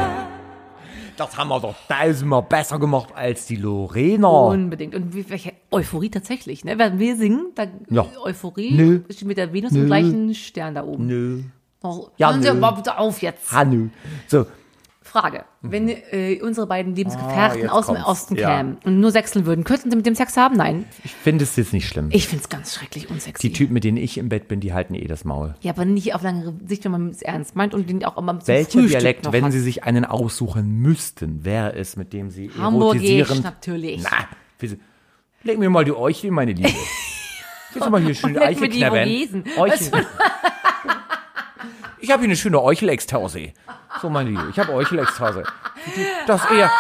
Speaker 1: Das haben wir doch tausendmal besser gemacht als die Lorena.
Speaker 2: Unbedingt. Und wie- welche Euphorie tatsächlich, ne? Wenn wir singen, da
Speaker 1: Ja.
Speaker 2: Euphorie
Speaker 1: Nö.
Speaker 2: ist mit der Venus im gleichen Stern da oben.
Speaker 1: Nö.
Speaker 2: Oh,
Speaker 1: Ja,
Speaker 2: hören Sie
Speaker 1: nö.
Speaker 2: mal bitte auf jetzt.
Speaker 1: Hanü. So,
Speaker 2: Frage. Wenn äh, unsere beiden Lebensgefährten
Speaker 1: Mhm. Ah, jetzt
Speaker 2: aus dem
Speaker 1: kommt's.
Speaker 2: Osten
Speaker 1: Ja.
Speaker 2: kämen und nur sechseln würden, könnten sie mit dem Sex haben? Nein.
Speaker 1: ich finde es jetzt nicht schlimm.
Speaker 2: Ich find's ganz schrecklich unsexy.
Speaker 1: Die Typen, mit denen ich im Bett bin, die halten eh das Maul.
Speaker 2: ja, aber nicht auf lange Sicht, wenn man es ernst meint und den auch immer zum
Speaker 1: Welcher
Speaker 2: Frühstück
Speaker 1: Dialekt,
Speaker 2: noch
Speaker 1: wenn
Speaker 2: hat.
Speaker 1: Sie sich einen aussuchen müssten, wäre es, mit dem Sie
Speaker 2: Hamburgisch
Speaker 1: erotisierend...
Speaker 2: natürlich.
Speaker 1: Na, wie Sie- leg mir mal die Euchel, meine
Speaker 2: [laughs]
Speaker 1: Liebe. Jetzt mal hier schön
Speaker 2: Und leck
Speaker 1: Eiche
Speaker 2: mir die Also-
Speaker 1: knabbern.
Speaker 2: Vogesen.
Speaker 1: Euchel. Ich habe hier eine schöne Euchel-Ekstase. So, meine Liebe, ich habe Euchel-Ekstase. Das eher...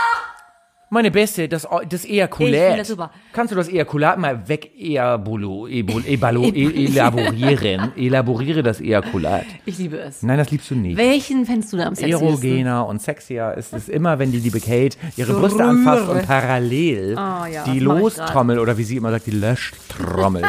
Speaker 1: Meine Beste, das, Eu- das Ejakulat.
Speaker 2: Ich finde das super.
Speaker 1: Kannst du das Ejakulat mal weg eabolo, ebol,
Speaker 2: [laughs]
Speaker 1: ebalo, e elaborieren? Elaboriere das Ejakulat.
Speaker 2: Ich liebe es.
Speaker 1: Nein, das liebst du nicht.
Speaker 2: Welchen fändest du da am sexiesten?
Speaker 1: Erogener und sexier ist es immer, wenn die liebe Kate ihre Brüste anfasst und parallel
Speaker 2: Ah, ja,
Speaker 1: die
Speaker 2: das mach ich grad.
Speaker 1: Lostrommel oder wie sie immer sagt, die
Speaker 2: [laughs]
Speaker 1: Löschtrommel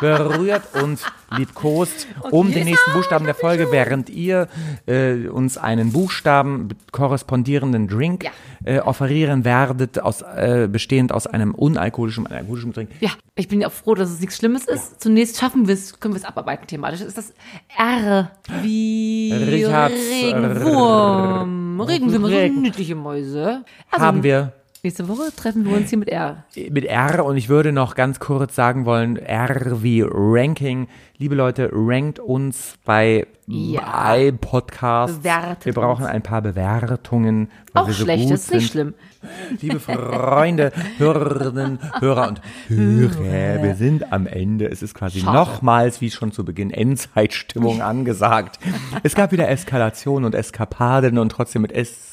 Speaker 1: berührt und liebkost um den nächsten Buchstaben der Folge, während ihr äh, uns einen Buchstaben korrespondierenden Drink
Speaker 2: Ja.
Speaker 1: äh, offerieren werdet, aus, äh, bestehend aus einem unalkoholischen und einem alkoholischen Drink.
Speaker 2: Ja, ich bin ja auch froh, dass es nichts Schlimmes ist. Zunächst schaffen wir es, können wir es abarbeiten thematisch. Ist das R wie
Speaker 1: Richards-
Speaker 2: Regenwurm. Regenwürmer, so
Speaker 1: Regen-
Speaker 2: niedliche Mäuse. Also
Speaker 1: Haben wir
Speaker 2: Nächste Woche treffen wir uns hier mit R.
Speaker 1: mit R und ich würde noch ganz kurz sagen wollen, R wie Ranking. Liebe Leute, rankt uns bei
Speaker 2: Ja.
Speaker 1: iPodcasts.
Speaker 2: Bewertet
Speaker 1: wir brauchen
Speaker 2: uns.
Speaker 1: ein paar Bewertungen, weil
Speaker 2: Auch
Speaker 1: wir so
Speaker 2: schlecht,
Speaker 1: gut
Speaker 2: das ist nicht
Speaker 1: sind.
Speaker 2: schlimm.
Speaker 1: Liebe Freunde, Hörerinnen, Hörer und Hörer, wir sind am Ende. Es ist quasi
Speaker 2: Schade.
Speaker 1: nochmals, wie schon zu Beginn, Endzeitstimmung angesagt. Es gab wieder Eskalation und Eskapaden und trotzdem mit es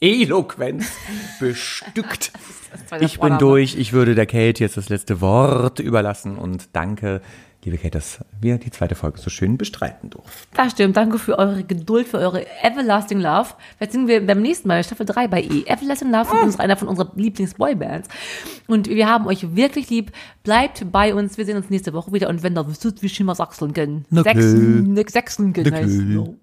Speaker 1: Eloquenz bestückt.
Speaker 2: Das war der
Speaker 1: Ich bin
Speaker 2: Vorname.
Speaker 1: durch. Ich würde der Kate jetzt das letzte Wort überlassen und danke, liebe Kate, dass wir die zweite Folge so schön bestreiten durften.
Speaker 2: Das stimmt. Danke für eure Geduld, für eure Everlasting Love. Vielleicht sind wir beim nächsten Mal Staffel 3 bei E. Everlasting Love
Speaker 1: Ah.
Speaker 2: von uns, einer von unseren Lieblingsboybands. Und wir haben euch wirklich lieb. Bleibt bei uns. Wir sehen uns nächste Woche wieder. Und wenn da wüsstet, wie schön wir Sachsen können.
Speaker 1: Na klar.
Speaker 2: Sachsen, Sachsen
Speaker 1: Na klar.
Speaker 2: können.